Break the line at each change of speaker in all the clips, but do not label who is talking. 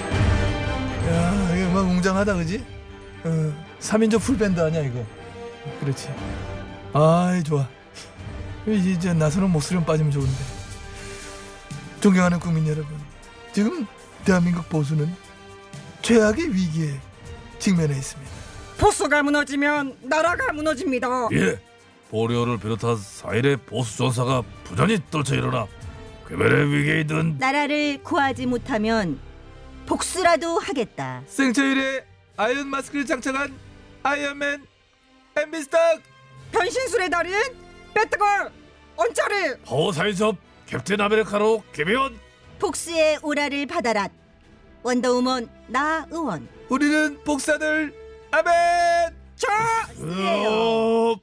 야, 이거 막 웅장하다, 그지? 어, 3인조 풀밴드 아니야, 이거. 그렇지. 아이, 좋아. 이제 나서는 목소리만 빠지면 좋은데. 존경하는 국민 여러분, 지금 대한민국 보수는 최악의 위기에 직면해 있습니다.
보수가 무너지면 나라가 무너집니다.
예, 보리오를 비롯한 사일의 보수 전사가 부전히 떨쳐 일어나 괴멸의 위기에 있는
나라를 구하지 못하면 복수라도 하겠다.
생체일에 아이언 마스크를 장착한 아이언맨 엠비스탁
변신술의 달인 배트걸 언저리
파워사이즈업 캡틴 아메리카로 김혜원
복수의 오라를 받아라. 원더우먼 나 의원.
우리는 복사들 아멘
어.
으업!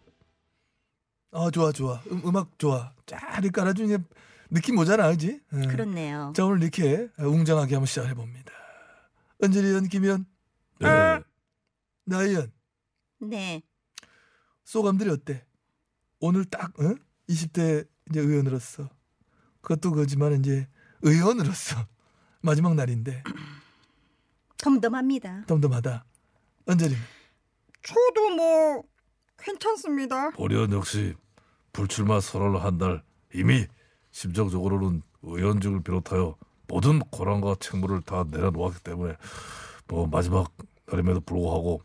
아 좋아 좋아 음, 악 좋아 잘 깔아주니 느낌 오잖아 그지 예.
그렇네요.
자 오늘 이렇게 웅장하게 한번 시작해봅니다 은재리연 김연
네.
나연
네.
소감들이 어때 오늘 딱 어? 20대 이제 의원으로서 그것도 그지만 이제 의원으로서 마지막 날인데
덤덤합니다.
덤덤하다 은재리
저도 뭐 괜찮습니다.
보리온 역시 불출마 선언을 한 날 이미 심정적으로는 의원직을 비롯하여 모든 권한과 책무를 다 내려놓았기 때문에 뭐 마지막 날임에도 불구하고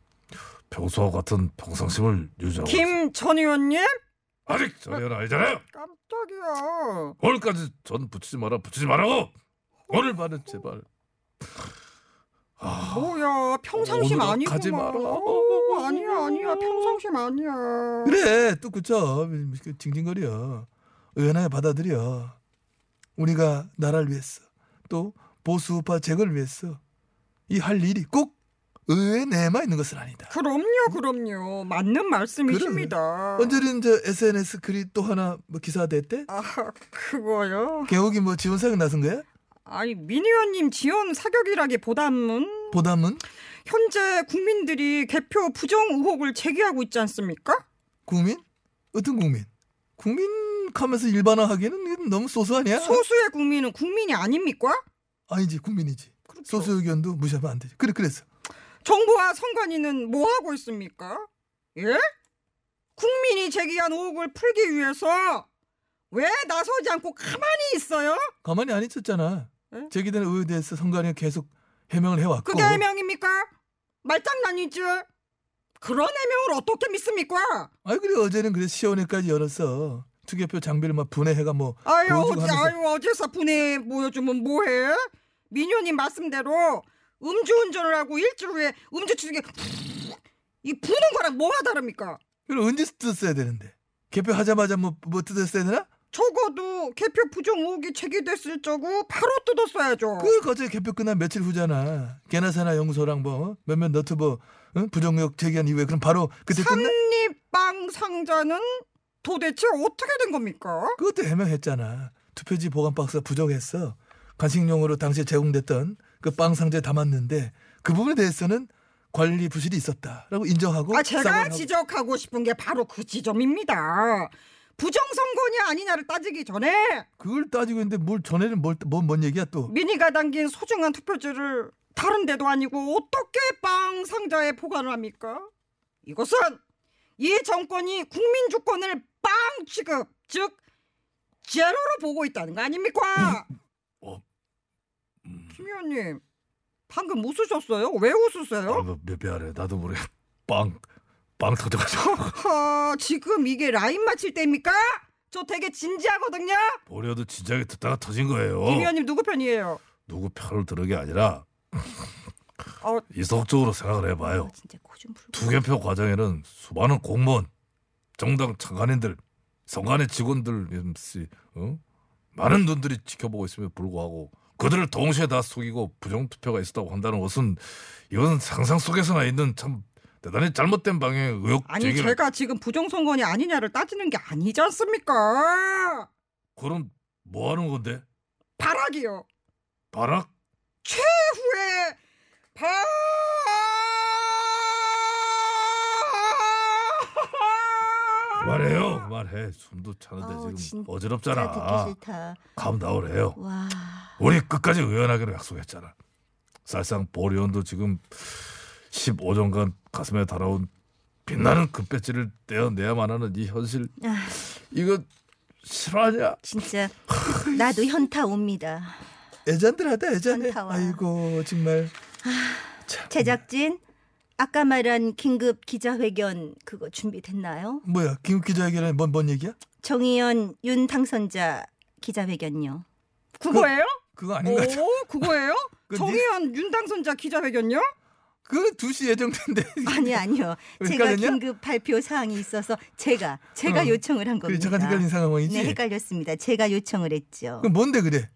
평소와 같은 평상심을 유지하고 있-
김 전 의원님
아직 전혀 아니잖아요.
깜짝이야.
오늘까지 전 붙이지 마라 붙이지 말라고 오늘 말은 제발 아,
뭐야 평상심
오늘은
아니구만.
가지 마라.
어, 아니야 아니야 평상심 아니야.
그래 또 그쵸 그 징징거려 의연하게 받아들여 우리가 나라를 위해서 또 보수우파 제거를 위해서 이 할 일이 꼭 의회 내에만 있는 것은 아니다
그럼요 그럼요 맞는 말씀이십니다.
언제는 저 SNS 글이 또 하나 뭐 기사 됐대
아 그거요.
개혁이 뭐 지원 사격 나선 거야
아니 민 의원님 지원 사격이라기보다는
보담은
현재 국민들이 개표 부정 의혹을 제기하고 있지 않습니까?
국민 어떤 국민 국민 하면서 일반화하기에는 이건 너무 소수 아니야
소수의 국민은 국민이 아닙니까?
아니지 국민이지 소수 의견도 무시하면 안 되지 그래 그래서
정부와 선관위는 뭐 하고 있습니까? 예? 국민이 제기한 의혹을 풀기 위해서 왜 나서지 않고 가만히 있어요?
가만히 안 있었잖아.
응?
제기된 의혹에 대해서 선관위가 계속 해명을 네? 해왔고.
그게 해명입니까? 말장난이지? 그런 해명을 어떻게 믿습니까?
아니 그래 어제는 그래 시원회까지 열었어. 투개표 장비를 막 분해해가 뭐
아유
보여주고
어제
하면서.
아유 어제서 분해 보여주면 뭐해? 민효님 말씀대로 음주운전을 하고 일주일 후에 음주취중에 이 부는 거랑 뭐가 다릅니까?
그래 언제 뜯었어야 되는데. 개표하자마자 뭐, 뭐 뜯었어야 되나?
적어도 개표 부정 의혹이 제기됐을 적고 바로 뜯었어야죠.
그 어제 개표 끝난 며칠 후잖아. 개나사나 영소랑 뭐 어? 몇몇 너트버 응? 부정력 제기한 이후에 그럼 바로 그때 끝나?
한입빵 상자는 도대체 어떻게 된 겁니까?
그것도 해명했잖아. 투표지 보관 박스가 부족했어. 간식용으로 당시에 제공됐던 그 빵 상자에 담았는데 그 부분에 대해서는 관리 부실이 있었다라고 인정하고
아 제가
사과를 뭐 하고.
지적하고 싶은 게 바로 그 지점입니다. 부정선거냐 아니냐를 따지기 전에
그걸 따지고 있는데 뭘 전에는 뭘, 뭔, 뭔 얘기야 또.
미니가 담긴 소중한 투표지를 다른 데도 아니고 어떻게 빵 상자에 보관을 합니까? 이것은 이 정권이 국민 주권을 빵 취급 즉 제로로 보고 있다는 거 아닙니까?
어, 음,
김 의원님 방금 웃으셨어요? 왜 웃으세요?
아이고, 뭐, 몇 미안해 나도 모르게 빵빵 터져가지고
하, 지금 이게 라인 맞힐 때입니까? 저 되게 진지하거든요.
보려도 진작에 듣다가 터진 거예요
어.
김 의원님 누구 편이에요?
누구 편을 들은 게 아니라
어.
이성적으로 생각을 해봐요
진짜 코좀 풀고.
투개표 과정에는 수많은 공무원 정당 장관인들 선관위 직원들 MC, 어? 많은 눈들이 지켜보고 있음에 불구하고 그들을 동시에 다 속이고 부정투표가 있었다고 한다는 것은 이건 상상 속에서나 있는 참 대단히 잘못된 방향의 의혹
아니
제기를
제가 지금 부정선거냐 아니냐를 따지는 게 아니지 않습니까?
그럼 뭐 하는 건데?
발악이요.
발악?
최후의 발.
말해요 말해 숨도 차는데
아우,
지금
진짜 듣기
어지럽잖아
싫다.
감 나오래요
와.
우리 끝까지 의연하기로 약속했잖아. 사실상 보리온도 지금 15년간 가슴에 달아온 빛나는 금배지를 떼어내야만 하는 이 현실
아,
이거 실화냐?
진짜 나도 현타 옵니다.
애잔들하다 애잔해.
현타와.
아이고 정말.
제작진 아까 말한 긴급 기자회견 그거 준비됐나요?
뭐야 김욱 기자에게는 뭔 뭔 얘기야?
정의연 윤 당선자 기자회견요.
그거예요?
그거 아닌 것 같아.
오 그거예요?
그
정의연 윤당선자 기자회견요?
그거 2시 예정된데.
아니 아니요.
왜
제가
헷갈렸냐?
긴급 발표 사항이 있어서 제가 제가
어.
요청을 한
그래
겁니다.
잠깐 헷갈린 상황이지.
네 헷갈렸습니다. 제가 요청을 했죠.
그럼 뭔데 그래?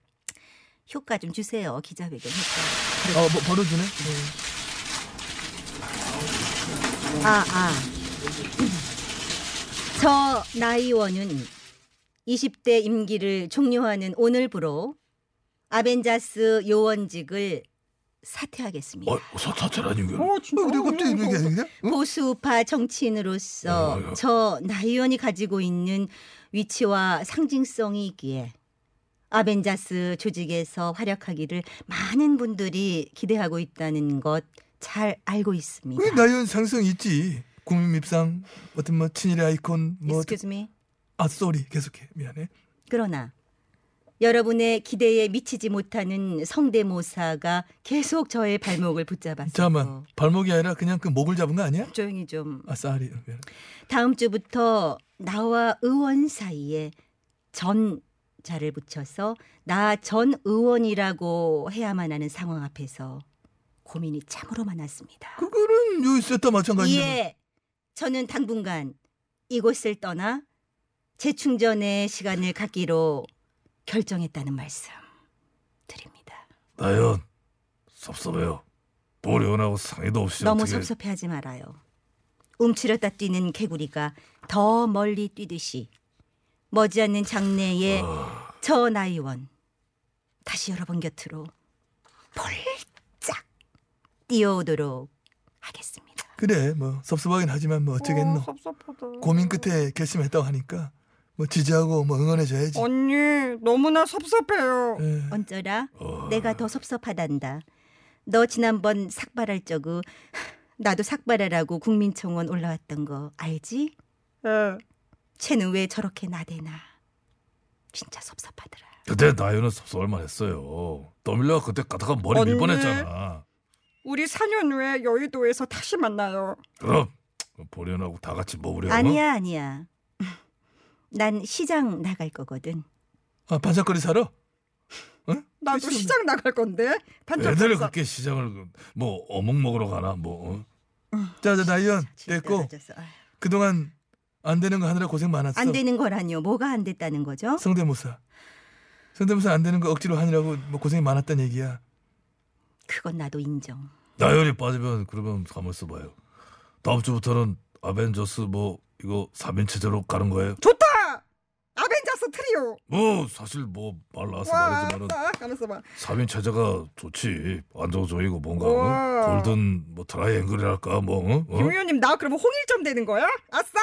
효과 좀 주세요. 기자회견 효과.
어, 뭐, 벌어주네.
아 아. 저 나이원은 20대 임기를 종료하는 오늘부로 아벤자스 요원직을 사퇴하겠습니다.
어, 사타차라는 게.
오 진짜.
어, 그래 갑자기 이렇게 얘기해? 응?
보수우파
어,
정치인으로서
어.
저 나의원이 가지고 있는 위치와 상징성이 있기에 아벤자스 조직에서 활약하기를 많은 분들이 기대하고 있다는 것 잘 알고 있습니다.
그 나연 상승 있지. 국민 밉상 어떤 뭐 친일의 아이콘 뭐
Excuse me.
아, 쏘리 계속해 미안해.
그러나 여러분의 기대에 미치지 못하는 성대모사가 계속 저의 발목을 붙잡았어요.
잠깐만 발목이 아니라 그냥 그 목을 잡은 거 아니야?
조용히 좀
아 쏘리 미안해.
다음 주부터 나와 의원 사이에 전 자를 붙여서 나 전 의원이라고 해야만 하는 상황 앞에서 고민이 참으로 많았습니다.
그거는 요 셋다 마찬가지야.
예, 저는 당분간 이곳을 떠나 재충전의 시간을 갖기로 결정했다는 말씀 드립니다.
나연 섭섭해요. 보리온하고 상의도 없이
너무
어떻게
섭섭해하지 말아요. 움츠렸다 뛰는 개구리가 더 멀리 뛰듯이 머지않는 장래에 저 나이원 다시 여러분 곁으로 폴짝 뛰어오도록 하겠습니다.
그래 뭐 섭섭하긴 하지만 뭐 어쩌겠노.
어, 섭섭하다.
고민 끝에 결심했다고 하니까 뭐 지지하고 뭐 응원해줘야지.
언니 너무나 섭섭해요.
예.
언저라
어.
내가 더 섭섭하단다. 너 지난번 삭발할 적우 나도 삭발하라고 국민청원 올라왔던 거 알지?
네.
예.
쟤는 왜 저렇게 나대나 진짜 섭섭하더라.
그때 나연은 섭섭할 만했어요. 떠밀려가 그때 가다가 머리
언니.
밀뻔했잖아.
우리 4년 후에 여의도에서 다시 만나요.
그럼 뭐 보리온하고 다 같이
네,
먹으려고.
아니야 아니야. 난 시장 나갈 거거든.
아 반짝거리 사러?
나도
글쎄,
시장 나갈 건데 반짝
애들
반짝.
그렇게 시장을 그- 뭐 어묵 먹으러 가나 뭐. 어?
자자 나연
진짜
됐고
늦었어. 아휴,
그동안 안 되는 거 하느라 고생 많았어.
안 되는 거라니요. 뭐가 안 됐다는 거죠?
성대모사. 성대모사 안 되는 거 억지로 하느라고 뭐 고생이 많았단 얘기야.
그건 나도 인정.
나열이 빠지면 그러면 가만 있어봐요. 다음 주부터는 아벤져스 뭐 이거 3인 체제로 가는 거예요?
좋다. 아벤자스 트리오.
뭐 사실 뭐 말 나와서
와,
말이지만은
아, 가만있어 봐.
3인 체제가 좋지 안정적이고 뭔가
우와.
어? 골든 뭐 트라이앵글이랄까 뭐 어? 어?
김 의원님 나 그러면 홍일점 되는 거야? 아싸.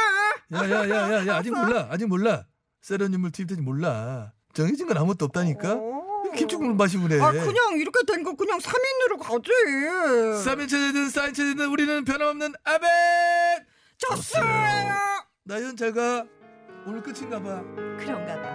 야야야야야 아직 몰라 아직 몰라. 새로운 인물 투입되지 몰라. 정해진 건 아무것도
그러니까?
없다니까.
오.
김치국물 마시고 그래.
어. 아
네.
그냥 이렇게 된 거 그냥 3인으로 가지.
쌈인 체제든 싸인 체제든 우리는 변함없는 아벤.
졌어요.
네.
나연 잘가. 오늘 끝인가 봐.
그런가 봐.